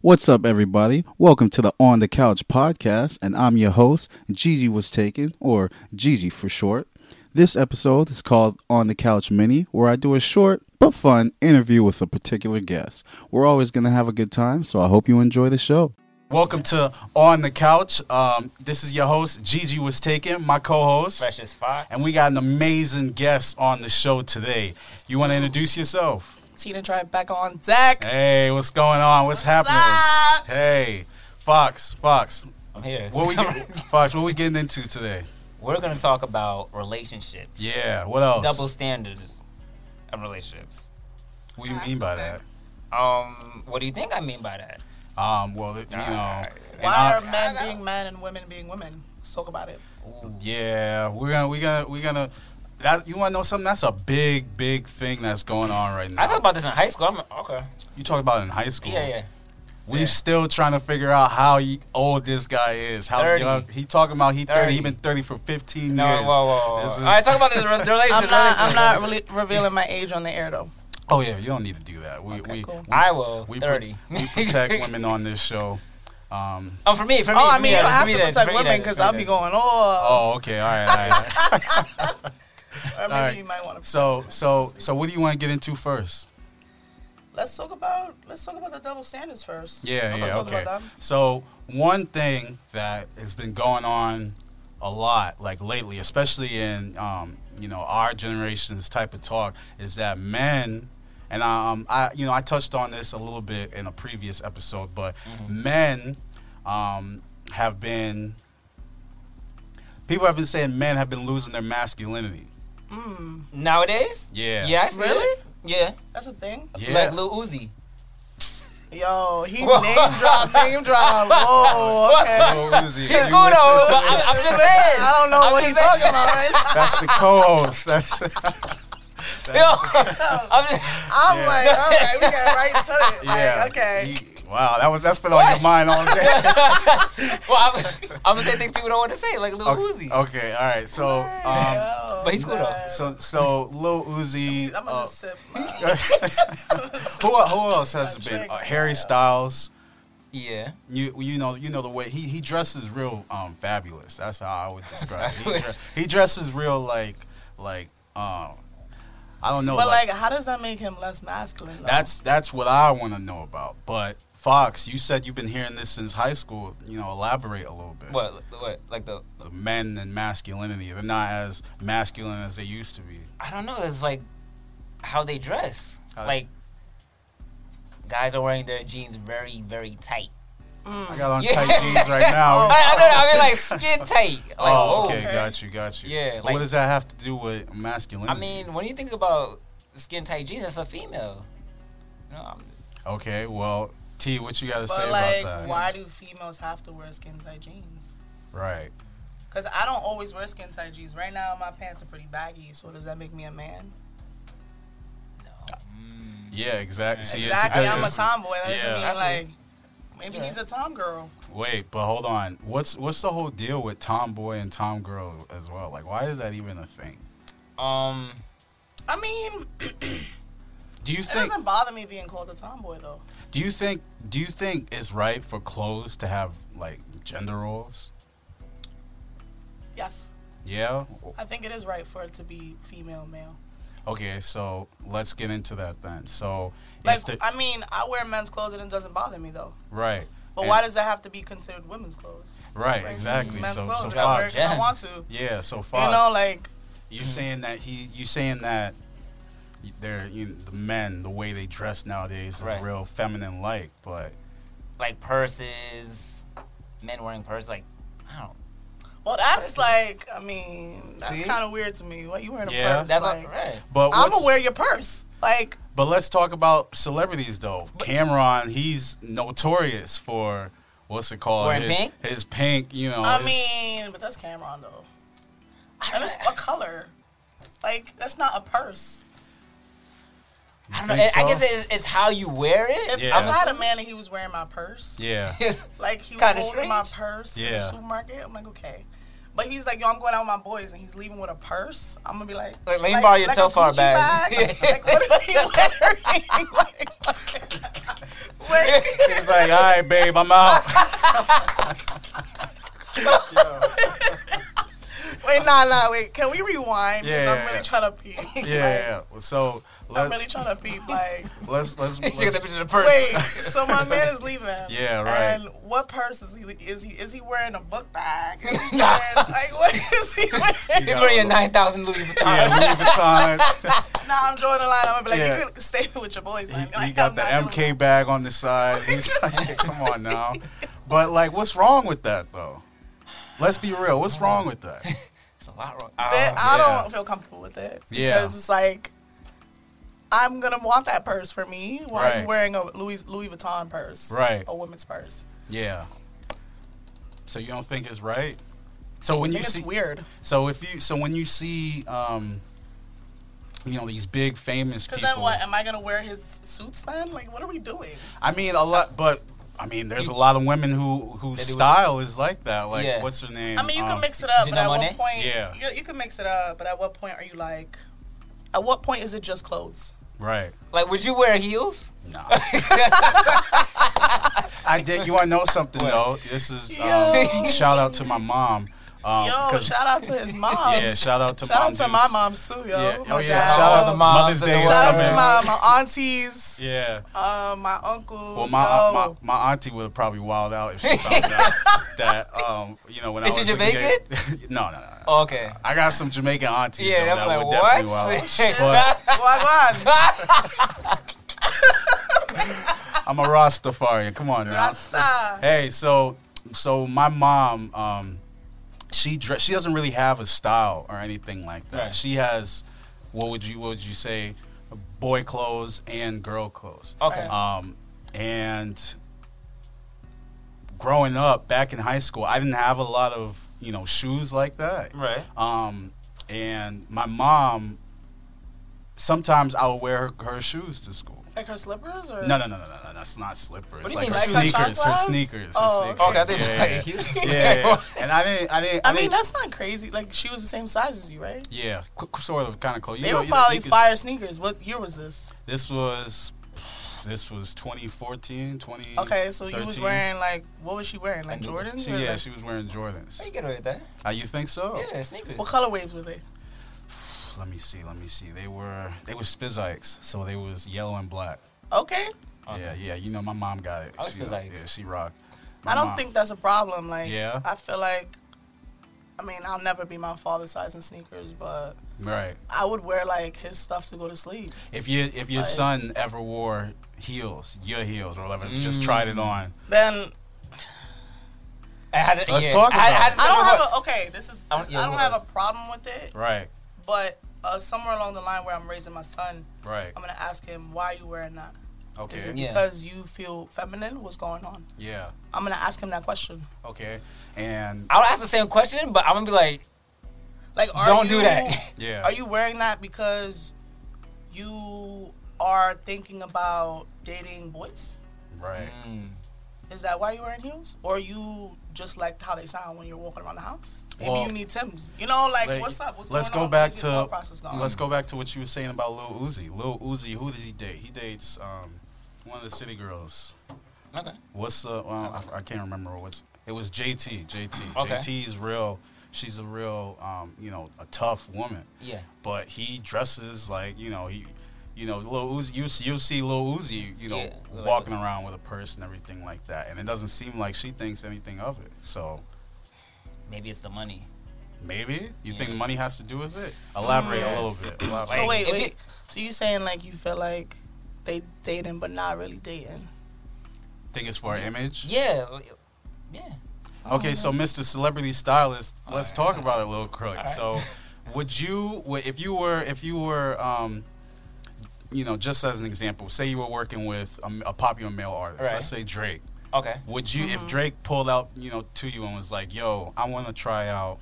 What's up, everybody? Welcome to the On the Couch podcast, and I'm your host, Gigi Was Taken, or Gigi for short. This episode is called On the Couch Mini, where I do a short but fun interview with a particular guest. We're always going to have a good time, so I hope you enjoy the show. Welcome to On the Couch. Um, this is your host, Gigi Was Taken, my co host, Fresh as Fox. and we got an amazing guest on the show today. You want to introduce yourself? Tina Tribe back on deck. Hey, what's going on? What's happening? Sup? Hey, Fox, Fox, I'm here. what we get, Fox, what we getting into today? We're gonna talk about relationships, Yeah, what else? double standards of relationships. what do you mean by that? Um, what do you think I mean by that? Um, well, it- you know, and Why are I- men being men and women being women? Let's talk about it. Ooh. yeah, we're gonna, we're gonna, we're gonna. That, you want to know something? That's a big, big thing that's going on right now. I thought about this in high school. I'm okay. you talk about it in high school. Yeah, yeah. We're yeah. still trying to figure out how y- old this guy is. How 30. young? He talking about he thirty. He 30. been thirty for fifteen No, years. whoa, whoa, whoa. This is- All right, talk about this re- relationship. I'm not. I'm not relationship. really revealing my age on the air though. Oh yeah, you don't need to do that. We we, cool. we, I will. we, pro- Thirty. we protect women on this show. Um, oh, for me, for me. Oh, I for mean, me, you that don't is, have for me, to that is, protect for me, that women is, because for me I'll that be is. going oh, Oh, okay. All right. All right. or maybe alright. you might want to. so, so, so, what do you want to get into first? let's talk about let's talk about the double standards first. Yeah, I'm yeah, talking okay. about them. So, one thing that has been going on a lot, like lately, especially in um, you know our generation's type of talk, is that men. And um, I, you know, I touched on this a little bit in a previous episode, but Mm-hmm. men um, have been people have been saying men have been losing their masculinity. Mm, Nowadays. Yeah. Yeah. I see it. Really? Yeah. that's a thing. Yeah. Like Lil Uzi. Yo, he Whoa. name drop, name drop. Whoa, okay. Lil Uzi, He's you cool though. listen to I- this? I'm just saying. I don't know I'm what he's just saying. talking about. Right? That's the co-host. That's Yo, I'm just, I'm Yeah. like, all right, we got right to it. yeah. Like, okay. He- wow, that was that's been on your mind all day. well, I'm, I'm gonna say things people don't want to say, like Lil okay, Uzi. okay, all right. So, um, Yo, but he's cool, though. man. so so Lil Uzi. I'm gonna uh, sip. my- who who else has I'm been? checking Uh, Harry out. Styles. Yeah. You you know you know the way he he dresses real um fabulous. That's how I would describe. it. He, dre- Fabulous. he dresses real like like um I don't know. But like- like, uh, how does that make him less masculine? Though? That's that's what I want to know about. But Fox, you said you've been hearing this since high school. You know, elaborate a little bit. What? What? Like the The men and masculinity. They're not as masculine as they used to be. I don't know. It's like how they dress. How they- like guys are wearing their jeans very, very tight. I got on Yeah. Oh, tight jeans right now. I, I, don't know, I mean, like skin tight. Like, oh, whoa. okay, okay. got you, got you. Yeah, But like- what does that have to do with masculinity? I mean, when you think about skin tight jeans, that's a female. No, I'm, okay, well, T, what you got to say but like, about that? why do females have to wear skin tight jeans? Right. Cause I don't always wear skin tight jeans. Right now, my pants are pretty baggy. So does that make me a man? no. Mm. Yeah, exactly. See, it's exactly. good- I'm a it's- tomboy. That Yeah. doesn't mean like Absolutely. maybe Yeah. he's a tom girl. Wait, but hold on. What's what's the whole deal with tomboy and tomgirl as well? Like, why is that even a thing? Um, I mean, Do you it think doesn't bother me being called a tomboy though. Do you think do you think it's right for clothes to have like gender roles? Yes, Yeah. I think it is right for it to be female male. Okay, so let's get into that then. So Like, if the, I mean, I wear men's clothes and it doesn't bother me though. right, But And- why does that have to be considered women's clothes? right, Like, exactly. Men's So, clothes. so if I wear it Fox, 'cause I want to. yeah, so Fox, You know, like you're saying that he, you saying that they're you know, the men, the way they dress nowadays is Right. real feminine like, but like purses, men wearing purses. Like, I don't. Well, that's like, I mean, that's See? kind of weird to me. Why you wearing a Yeah. purse? That's like, all right. but I'm what's- gonna wear your purse. Like, But let's talk about celebrities though. Cameron, he's notorious for what's it called? Wearing his, pink? his pink, you know. I his- mean, but that's Cameron though, and it's a color. Like, that's not a purse. you I, don't know. think I so? guess it's, it's how you wear it. If Yeah. I had a man and he was wearing my purse, Yeah. It's- like he was Kinda holding my strange. purse in Yeah. the supermarket, I'm like, okay. But he's like, yo, I'm going out with my boys, and he's leaving with a purse. I'm gonna be like, Like, let me borrow your like telephone Gucci bag. like, what is he wearing? like, wait, He's like, all right, babe, I'm out. wait, nah, nah, wait. Can we rewind? 'Cause Yeah, I'm yeah, really yeah. trying to pee. yeah, yeah. yeah. So I'm let, really trying to pee. Like, let's let's She got let's that picture of the person. wait. So my man is leaving. Yeah, right. And what purse is he? Is he? Is he wearing a book bag? Is he Nah. wearing, like, what is he wearing? He's wearing your 9,000 Louis Vuitton. yeah, Louis Vuitton. Nah, I'm drawing a line. I'm gonna be like, Yeah. you could stay with your boys. Like, He, he I'm got the not doing MK bag on the side. He's like, come on now. But like, what's wrong with that though? Let's be real. What's wrong with that? It's a lot wrong. that Oh, I yeah. don't feel comfortable with it. Yeah. Because it's like I'm gonna want that purse for me while Right. I'm wearing a Louis Louis Vuitton purse. Right. A women's purse. Yeah. So you don't think it's right? So when you I think it's see weird. So if you so when you see um you know these big famous Because people then what? Am I gonna wear his suits then? Like what are we doing? I mean a lot but I mean there's a lot of women who whose That do it. style is like that like Yeah. what's her name I mean you Um, can mix it up, Janelle but at Monáe? what point Yeah. you, you can mix it up, but at what point are you like at what point is it just clothes? right Like, would you wear heels? no I did you want to know something What? though this is um, Yo. shout out to my mom um, Yo, 'cause- shout out to his mom. yeah shout out to Shout mom out to Dukes. my moms too, yo. yeah My oh yeah dad. shout out to the mom moms Mother's and the Day is moms. Shout out to coming my, my aunties, yeah uh, my uncles. Well, my, uh, yo. my my auntie would have probably wild out if she found out that um you know when Is I she was Looking at, no, no, no, no. Oh, okay. I got some Jamaican aunties. Yeah, though, that was that like, would definitely wild out. what? Wagwan. I'm a Rastafarian. Come on now. Rasta. Hey, so so my mom, um, she dress. She doesn't really have a style or anything like that. Right. She has what would you what would you say, boy clothes and girl clothes. okay. Um, and growing up back in high school, I didn't have a lot of you know shoes like that. right. Um, and my mom, sometimes I would wear her, her shoes to school. Like her slippers or No, no, no, no, no, no. That's not slippers. What do you like mean, her like her sneakers, her chakras? sneakers, her Oh, sneakers. Okay, I think yeah, yeah, like heels. yeah. yeah, yeah. And I didn't, I didn't. I mean, didn't- that's not crazy. Like she was the same size as you, right? yeah, qu- qu- sort of, kind of close. You They know, were you know, probably you could- fire sneakers. What year was this? This was, this was 2014, 20. Okay, so you was 13. wearing like what was she wearing? Like Jordans? She, or yeah, like, she was wearing Jordans. How you get away with that? Uh, you think so? Yeah, sneakers. what color waves were they? Let me see. Let me see. They were they were Spizikes, so they was yellow and black. Okay, Okay. Yeah, yeah. You know, my mom got it. I like she, those yeah, eggs. she rocked. My I don't mom- think that's a problem. Like, Yeah? I feel like, I mean, I'll never be my father's size in sneakers, but right. I would wear like his stuff to go to sleep. If you if your Like- son ever wore heels, your heels or whatever, Mm. just tried it on. Then I had to, Let's yeah. talk I, had- I had about to it. I tell don't her have what- a okay. This is I I don't- yeah, don't what have a else? problem with it. Right. But uh, somewhere along the line where I'm raising my son, Right. I'm gonna ask him why are you wearing that? Is Okay. it Yeah. because you feel feminine? What's going on? Yeah. I'm gonna ask him that question. Okay. And I'll ask the same question, but I'm gonna be like, Like, are Don't do you- that. yeah. Are you wearing that because you are thinking about dating boys? right? mm, Is that why you're wearing heels, or you just like how they sound when you're walking around the house? Maybe Well, you need Tim's. You know, like like, what's up? What's let's going go on? back Where's to your thought process going? let's go back to what you were saying about Lil Uzi. Lil Uzi, who does he date? He dates um, one of the city girls. okay. What's the? Um, I, I can't remember what's. It was JT. JT. Okay. JT is real. She's a real, um, you know, a tough woman. Yeah. but he dresses like you know he, you know Lil Uzi. You see- you see Lil Uzi, you know, Yeah, like- walking around with a purse and everything like that, and it doesn't seem like she thinks anything of it. So Maybe it's the money. maybe you think Yeah. money has to do with it. Elaborate a Yes. little bit. Elaborate. So wait, If wait. it- so you saying like you feel like they dating but not really dating? think it's for an image. Yeah. Yeah. Oh, Okay, so Mr. Celebrity Stylist, let's Alright. talk about it, Lil Crook. Alright. So, would you, would- if you were, if you were, um, you know, just as an example, say you were working with a, a popular male artist, Right. let's say Drake. Okay. Mm-hmm. Would you, if Drake pulled out, you know, to you and was like, "Yo, I want to try out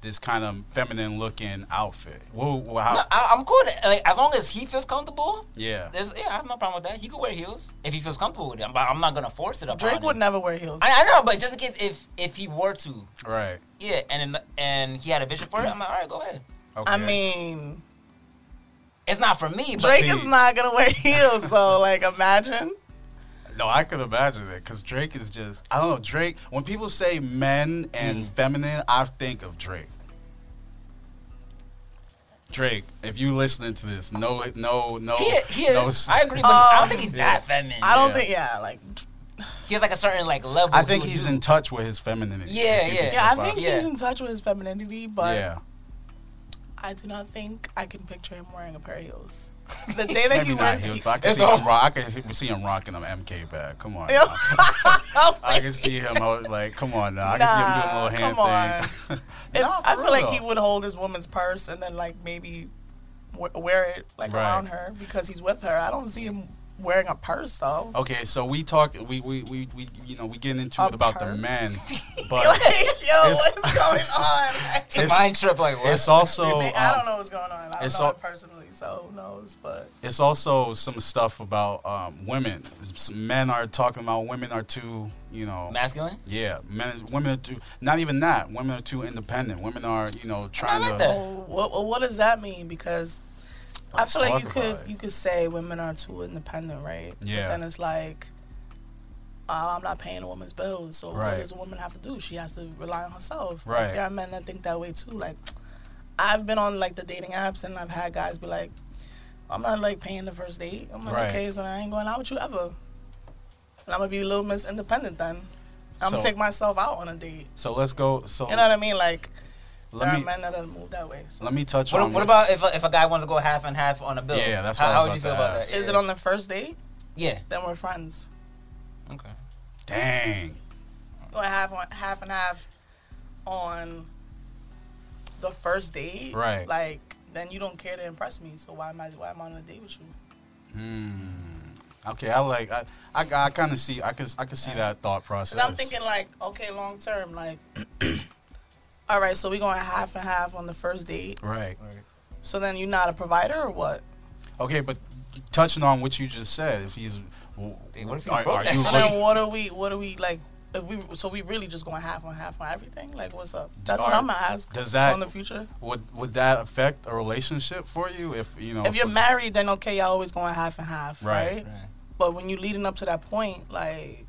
this kind of feminine looking outfit. Whoa, whoa, how, No, I, I'm cool. with it. Like, as long as he feels comfortable, yeah. there's, yeah, I have no problem with that. He could wear heels if he feels comfortable with it. But I'm not gonna force it upon Drake him. would never wear heels. I, I know, but just in case if if he were to, Right. yeah, and and he had a vision for it, I'm like, all right, go ahead. Okay. I mean, It's not for me, but Drake see- is not gonna wear heels, so like, imagine. No, I could imagine that because Drake is just, I don't know, Drake, when people say men and Mm. feminine, I think of Drake. Drake, if you listening to this, no, no, no. he, he no, is. I agree, but I don't think he's yeah. that feminine. I don't Yeah. think, yeah, like, he has like a certain like level. I he think would he's do. in touch with his femininity. Yeah, if you can yeah. so yeah, I far- think Yeah. he's in touch with his femininity, but yeah. I do not think I can picture him wearing a pair of heels. The day that he Maybe not wears heels, heels, but I can It's see all- him. Rock, I can see him rocking an MK bag. Come on, now. I can see him hold- like, come on now. I can see him doing a little Nah, hand thing. If- Nah, I for feel like real he though. would hold his woman's purse and then like maybe w- wear it like Right. around her because he's with her. I don't see him wearing a purse though. Okay, so we talk, we we we, we you know we getting into A it about the purse? men, like, but yo, It's- what's going on? Like, It's a It's- mind trip, like what? it's also I um, don't know what's going on. I don't it's know all- him personally, so who knows? But it's also some stuff about um, women. S- Men are talking about women are too you know. masculine. Yeah, men, women are too. Not even that. Women are too independent. Women are, you know, trying like to. that. oh, what what does that mean? Because Let's I feel like talk you about could it. you could say women are too independent, right? Yeah. But then it's like. uh, I'm not paying a woman's bills, so Right. what does a woman have to do? She has to rely on herself. Like, Right. there are men that think that way too. Like, I've been on like the dating apps, and I've had guys be like, "I'm not like paying the first date. I'm like, Right. okay, so I ain't going out with you ever, and I'm gonna be a little miss independent then. I'm gonna So- take myself out on a date. So let's go. So You know what I mean? Like, there let me are men that don't move that way. So. let me touch What, on. what this. about if a, if a guy wants to go half and half on a bill? Yeah, that's how, what I how was would you about feel to about ask. that? Is it on the first date? Yeah. Then we're friends. Okay. Dang. Or half on half and half on the first date. Right. Like then you don't care to impress me, so why am I why am I on a date with you? Mm. Okay, I like. I I, I kind of see. I can I can see that thought process. Because I'm thinking like, okay, long term, like, all right, so we're going half and half on the first date. Right. So then you're not a provider or what? Okay, but touching on what you just said, if he's, w- Hey, what if he are, broke are that you shit? So Look- then what are we? What are we like? If we so we really just going half on half on everything? Like what's up? That's what Are- I'm gonna ask. does that- on the future? would would that affect a relationship Oh, for you if you know If you're married, then okay, y'all always going half and half, Right. right? Right. But when you leading up to that point, like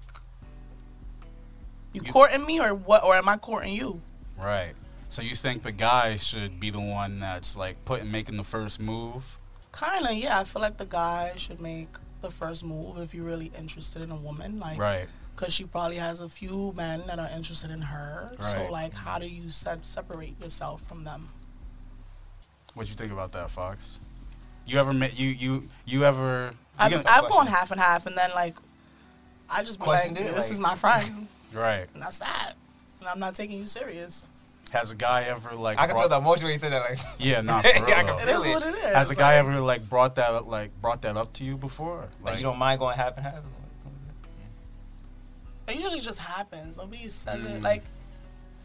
you, You- courting me or what? Or am I courting you? right? So you think the guy should be the one that's like putting making the first move? Kinda, yeah. I feel like the guy should make the first move if you're really interested in a woman, like, Right. Because she probably has a few men that are interested in her. So Right. like, how do you se- separate yourself from them? What you think about that, Fox? You ever met you you you ever? I've, you I've question. gone half and half, and then like, I just be like, Questioned this it, like- is my friend, right. and that's that. And I'm not taking you serious. Has a guy ever like? I can feel brought- the emotion when you said that. Like, Yeah, not for real. Yeah, I can though. It is Really? what it is. Has a Like, guy ever like brought that up, like brought that up to you before? like, you don't mind going half and half. Or something like that? It usually just happens. Nobody says Mm. it. Like,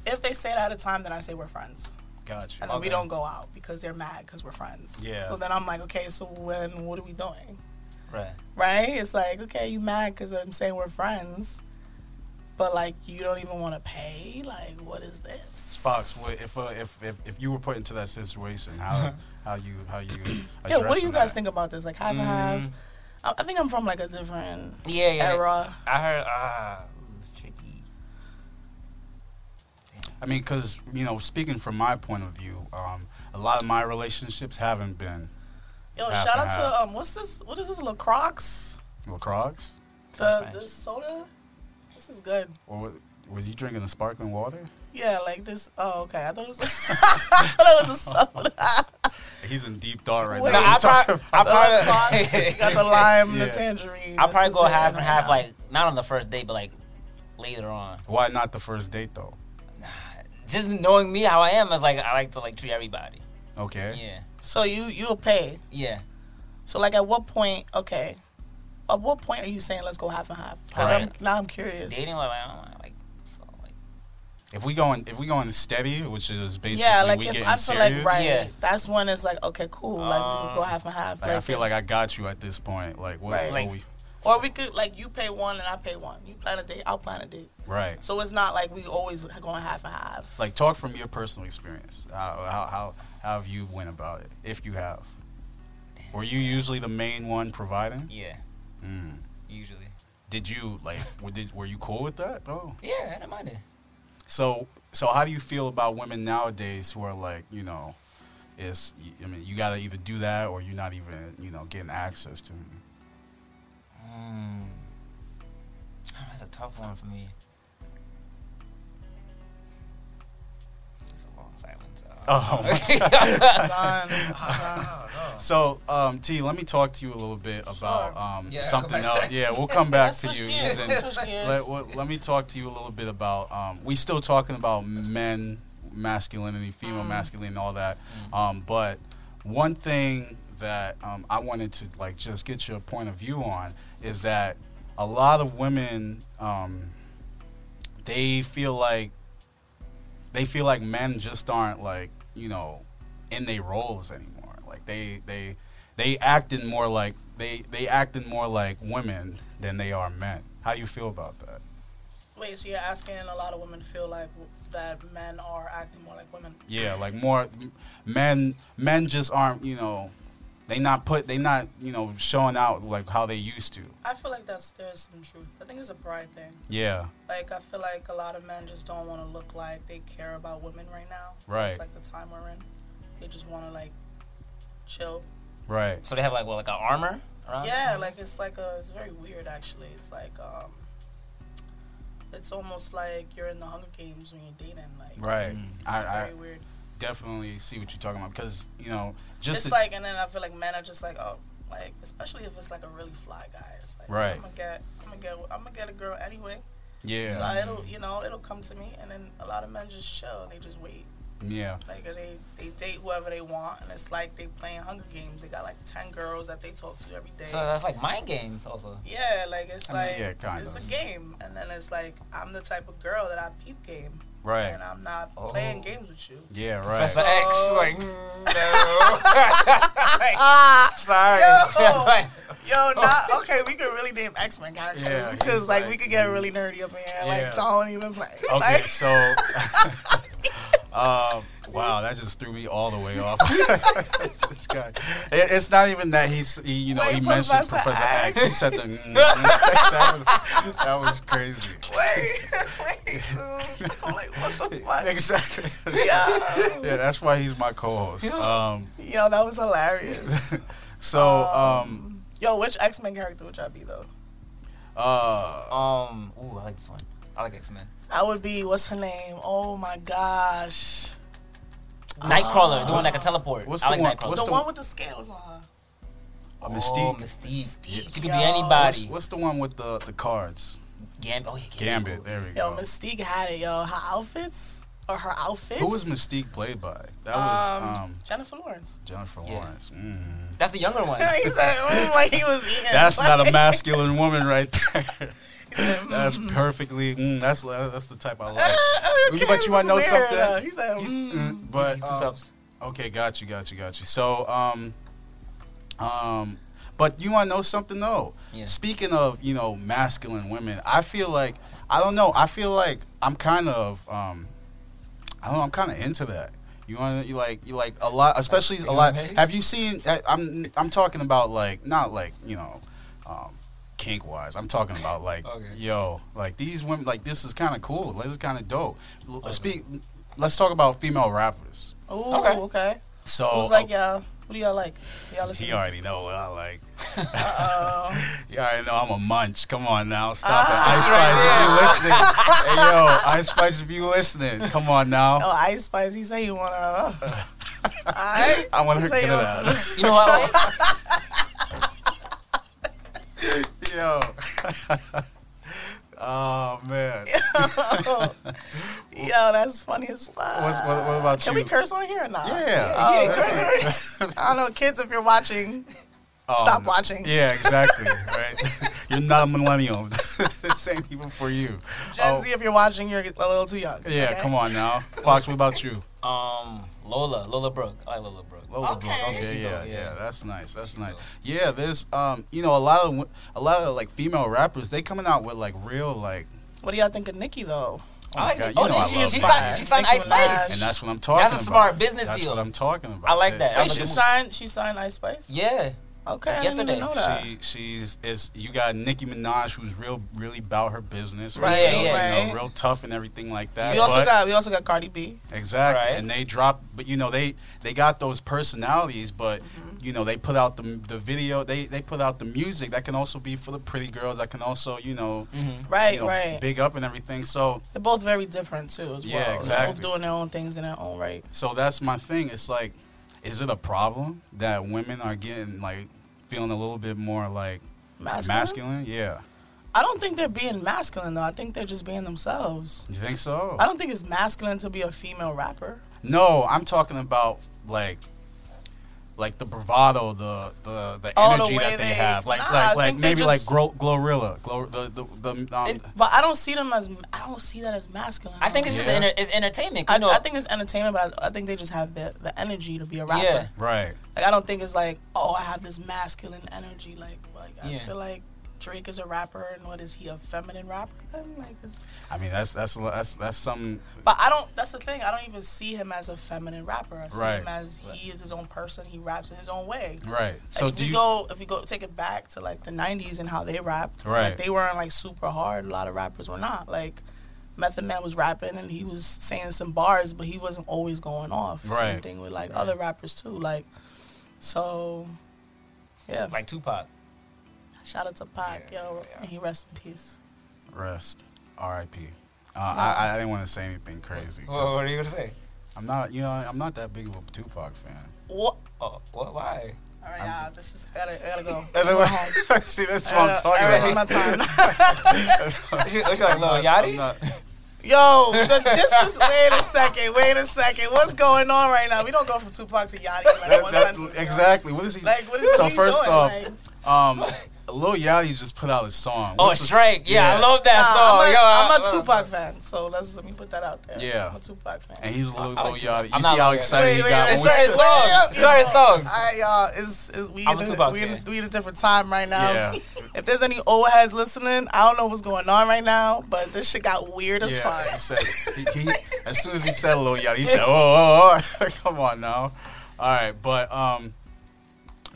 if they say it at a time, then I say we're friends. got you. And then we Okay. don't go out because they're mad because we're friends. Yeah. So then I'm like, okay, so when, what are we doing? Right. Right? It's like, okay, you mad because I'm saying we're friends, but like, you don't even want to pay? Like, what is this? Fox, what, if, uh, if if if you were put into that situation, how how you how you Yeah, what do addressing you guys that? Mm. think about this? Like, half and half? I, I think I'm from like a different Yeah, yeah. era. I heard. Ah, ooh, it's tricky. I mean, because you know, speaking from my point of view, um, a lot of my relationships haven't been Yo, Half shout and out half. to, um, what's this? What is this, LaCroix? lacrosse. The, French. the soda? This is good. Or wa- were you drinking the sparkling water? Yeah, like this. Oh, okay. I thought it was. I thought it was a soda. He's in deep thought right Wait. No, now. I You talk- probably, I You got the probably, lime, Yeah. the tangerine. I This probably is go it half and right half. now. Like not on the first date, but like later on. Why not the first date though? Just knowing me how I am is like I like to like treat everybody. Okay. Yeah. So you you'll pay. Yeah. So like at what point? Okay. At what point are you saying let's go half and half? 'Cause I'm- Right. now I'm curious. Dating like I don't like so like If we going if we going steady, which is basically yeah, like we if getting I feel serious, like right, Yeah. that's when it's like okay, cool, like we could go Um, half and half. Uh, like, I feel like I got you at this point. Like what what Right. Like- we or we could like you pay one and I pay one. You plan a date, I'll plan a date. right. So it's not like we always going half and half. Like talk from your personal experience. How how how, how have you went about it? If you have. Were you usually the main one providing? Yeah, Mm. usually. Did you like? were- Did were you cool with that? Oh, Yeah, I don't mind it. so so how do you feel about women nowadays who are like you know, it's I mean you gotta either do that or you're not even you know getting access to me. Mm. Oh, that's a tough one for me. That's a long silence. Oh, Done. So, um, T, let me talk to you a little bit about Sure. um, Yeah, something come back. else. Yeah, we'll come back Let's to switch you. gears. and Let's then- switch gears. let, well, let me talk to you a little bit about. Um, we still talking about men, masculinity, female masculinity, and all that. Mm. Um, but one thing that um, I wanted to like just get your point of view on is that a lot of women um, they feel like they feel like men just aren't like you know in their roles anymore. Like they they they acting more like they they acting more like women than they are men. How do you feel about that? Wait, so you're asking a lot of women feel like w- that men are acting more like women? Yeah, like more m- men men just aren't you know they not put they not you know showing out like how they used to. I feel like that's there's some truth. I think it's a pride thing. Yeah, Like I feel like a lot of men just don't want to look like they care about women right now. Right. It's like the time we're in. They just want to like chill. right. So they have like what, like an armor around? Yeah, like it's like a it's very weird actually. It's like um, it's almost like you're in the Hunger Games when you're dating. Like Right, Mm. It's I, I very weird. definitely see what you're talking about because you know just It's to- like, and then I feel like men are just like, oh, like especially if it's like a really fly guy. It's like, Right. I'm gonna get, I'm gonna get, I'm gonna get a girl anyway. yeah, So it'll, you know, it'll come to me. And then a lot of men just chill. and They just wait. yeah, Like they, they date whoever they want, and it's like they playing Hunger Games. They got like ten girls that they talk to every day. So that's like mind games also. yeah, like it's I mean, like yeah, kind it's of. a game, and then it's like I'm the type of girl that I peep game, right, and I'm not Oh. playing games with you. yeah, right. Professor X, So- like mm, Ah, no. Sorry. Yo. Like, Yo, not okay. We could really name X Men characters Oh. Yeah, because he's like, like- we could get really nerdy up in here. Yeah. Like don't even play. Okay, Like, so um, wow, that just threw me all the way off. this guy, it, it's not even that he's he, you know Wait, he mentioned Professor Professor X. X. He said the mm, mm. that, was, that was crazy. wait, wait. dude. I'm like what the fuck? Exactly. Yo. Yeah, that's why he's my co-host. Um, Yo, that was hilarious. so um, Yo, which X Men character would y'all be though? uh, um, ooh, I like this one. I like X Men. I would be what's her name? Oh my gosh, Nightcrawler, the one that can teleport. what's I the like one- Nightcrawler. what's the, the- one with the scales on her. uh, Oh, Mystique. Mystique. Mystique, She could be yo. What's, anybody. what's the one with the the cards? Gambit. Oh, yeah, Gambit's Gambit. cool. There we Yo, go. Mystique had it. Yo, her outfits or her outfits. Who was Mystique played by? That was Um, um, Jennifer Lawrence. Jennifer Yeah. Lawrence. Mm. That's the younger one. he said, mm, like he was. eating. That's not a Like, masculine woman right there. he said, mm, That's perfectly. Mm, that's that's the type I uh, like. okay, You- but you wanna know this is weird, something? though. He said, He's- mm. mm, but Two um, subs. okay, got you, got you, got you. So um, um, but you want to know something though? Yeah. Speaking of you know masculine women, I feel like I don't know. I feel like I'm kind of um, I don't know. I'm kind of into that. You want to you like you like a lot, especially a Like lot. female gaze? Have you seen? I- I'm I'm talking about like not like you know, um, kink wise. I'm talking about like Okay. yo, like these women. Like this is kind of cool. Like, this is kind of dope. L- Okay. Speak. Let's talk about female rappers. Ooh, Okay. okay. So Who's like y'all? What do y'all like? Y'all listen. Oh, he already know what I like. Uh oh. You already know I'm a munch. Come on now, stop Ah. it. Ice Spice, if you listening, hey yo, Ice Spice, if you listening, come on now. Oh, Ice Spice. He said he wanna. Uh, I. I want to Oh, Say get it yo. out. You know what I like? Yo. oh man. Yo, that's funny as fuck. What's, what, what about Can you? we curse on here or not? Yeah. Oh, that's curse it. on here. I don't know, kids, if you're watching, Oh, stop no. watching. Yeah, exactly. Right. You're not a millennial. saying even for you. Gen Oh. Z, if you're watching, you're a little too young. Yeah, okay? come on now. Fox, what about you? Um, Lola, Lola Brooke. I like Lola Brooke. Lola Okay. Brooke. There Okay, she yeah, go, yeah, yeah. that's nice. That's she nice. go. Yeah, there's um, you know, a lot of wo- a lot of like female rappers, they coming out with like real like What do y'all think of Nicki though? oh, my I like God, it. you Oh, know I she- love she Fox. signed, she signed Nicki Ice Minaj. Spice. And that's what I'm talking about. smart business That's deal. what I'm talking about. I like that. Wait, was she a good signed. She signed Ice Spice. Yeah. Okay, I didn't Yesterday. even know that. She she's is you got Nicki Minaj who's real really about her business, Right, real, yeah, you know, right. real tough and everything like that. we also but- got we also got Cardi B. Exactly. Right. And they drop, but you know they they got those personalities, but Mm-hmm. you know they put out the the video, they they put out the music that can also be for the pretty girls, that can also you know, you Mm-hmm. Right, know, right. big up and everything. So They're both very different too, as Yeah, well. They're exactly. Both doing their own things in their own right. so that's my thing. It's like, is it a problem that women are getting like feeling a little bit more like Masculine? masculine? Yeah, I don't think they're being masculine though. I think they're just being themselves. you think so? I don't think it's masculine to be a female rapper. No, I'm talking about like like the bravado, the the, the Oh, the energy way that they, they- have. Like Nah, I like like think they maybe like just- Gro- Glorilla, Glo- the the, the um, It- But I don't see them as I don't see that as masculine. I think it's just Yeah. enter- it's entertainment. 'cause I, You know, I think it's entertainment, but I think they just have the, the energy to be a rapper. Yeah. right. Like I don't think it's like, oh, I have this masculine energy. Like, like I Yeah. feel like Drake is a rapper, and what is he a feminine rapper? Then like, it's, I mean that's that's that's that's some but I don't. That's the thing. I don't even see him as a feminine rapper. I see Right. him as he is his own person. He raps in his own way. right. so So if do we you go if we go take it back to like the '90s and how they rapped, Right. Like, they weren't like super hard. A lot of rappers were not. Like Method Man was rapping and he was saying some bars, but he wasn't always going off. Same Right. thing with like other rappers too. Like so, yeah. like Tupac. Shout out to Pac, Yeah, yo, yeah. and he rest in peace. rest, R.I.P. Uh, I I didn't want to say anything crazy. 'cause What, Oh, what are you gonna say? I'm not you know I'm not that big of a Tupac fan. What? Oh, what? Why? All right, I'm y'all, this is I gotta, I gotta go. See that's what I I'm gotta- talking I gotta hit about. my time. What you, what you like, Lil I'm Yachty? not- Yo, the, this was. Wait a second. Wait a second. What's going on right now? We don't go from Tupac to Yachty in like That- one that- sentence. yo. exactly. What is he? Like, what is so he first doing? off, Like- um, Lil Yachty just put out a song. oh, What's the- Drake. Yeah, I love Nah, that song. I'm, Yo, I- a, I'm I- a Tupac fan, so let's let me put that out there. Yeah. I'm a Tupac fan. And he's a little I Lil like Yachty. You I'm not see how Lil Yachty. excited he Wait, got. wait, when wait, we- Certain wait, songs. wait, Certain songs. All right, y'all. It's, it's we, I'm in a a- Tupac we, in, fan. we in a different time right now. Yeah. If there's any old heads listening, I don't know what's going on right now, but this shit got weird as yeah, he fuck. said, he, he, as soon as he said Lil Yachty, he said, "Oh, oh, oh. come on now." All right, but um,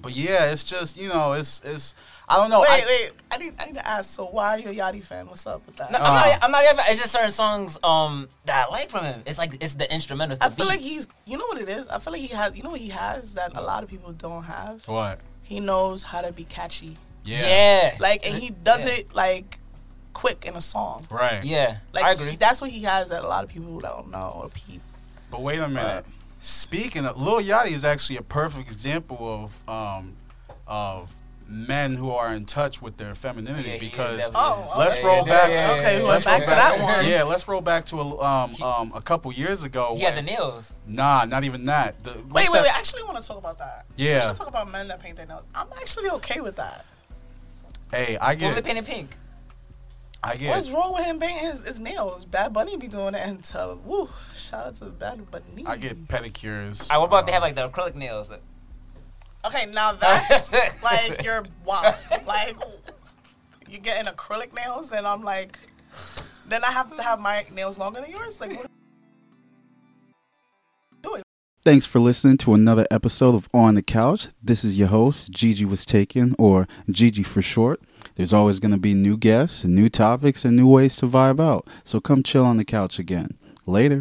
but yeah, it's just you know, it's it's I don't know. Wait, I, wait. I need, I need to ask. So, why are you a Yachty fan? What's up with that? No, I'm Uh-huh. not. I'm not even. It's just certain songs um that I like from him. It's like it's the instrumentals. The I feel beat. like he's. You know what it is? I feel like he has. You know what he has that a lot of people don't have. What? He knows how to be catchy. Yeah. yeah, Like, and he does Yeah. it like quick in a song. Right. yeah. Like, I agree. He, that's what he has that a lot of people don't know or peep. But wait a minute. Speaking of Lil Yachty is actually a perfect example of um of men who are in touch with their femininity Yeah, he because definitely Oh, is. let's roll back to- okay, we went let's back roll to that one. Yeah, let's roll back to a um, He- um a couple years ago. He had the when- nails. nah, not even that. The, Wait, what's wait, that- wait. I actually want to talk about that. Yeah. We should talk about men that paint their nails. I'm actually okay with that. Hey, I What was get, it it. painted pink? I get. What's it. wrong with him painting his, his nails? Bad Bunny be doing it, and to, woo, shout out to Bad Bunny. I get pedicures. All right, what about if they um, have like the acrylic nails? Okay, now that's like your wild. Like you're getting acrylic nails, and I'm like, then I have to have my nails longer than yours. Like, what? Thanks for listening to another episode of On the Couch. This is your host, Gigi Was Taken, or Gigi for short. There's always going to be new guests, new topics, and new ways to vibe out. So come chill on the couch again. Later.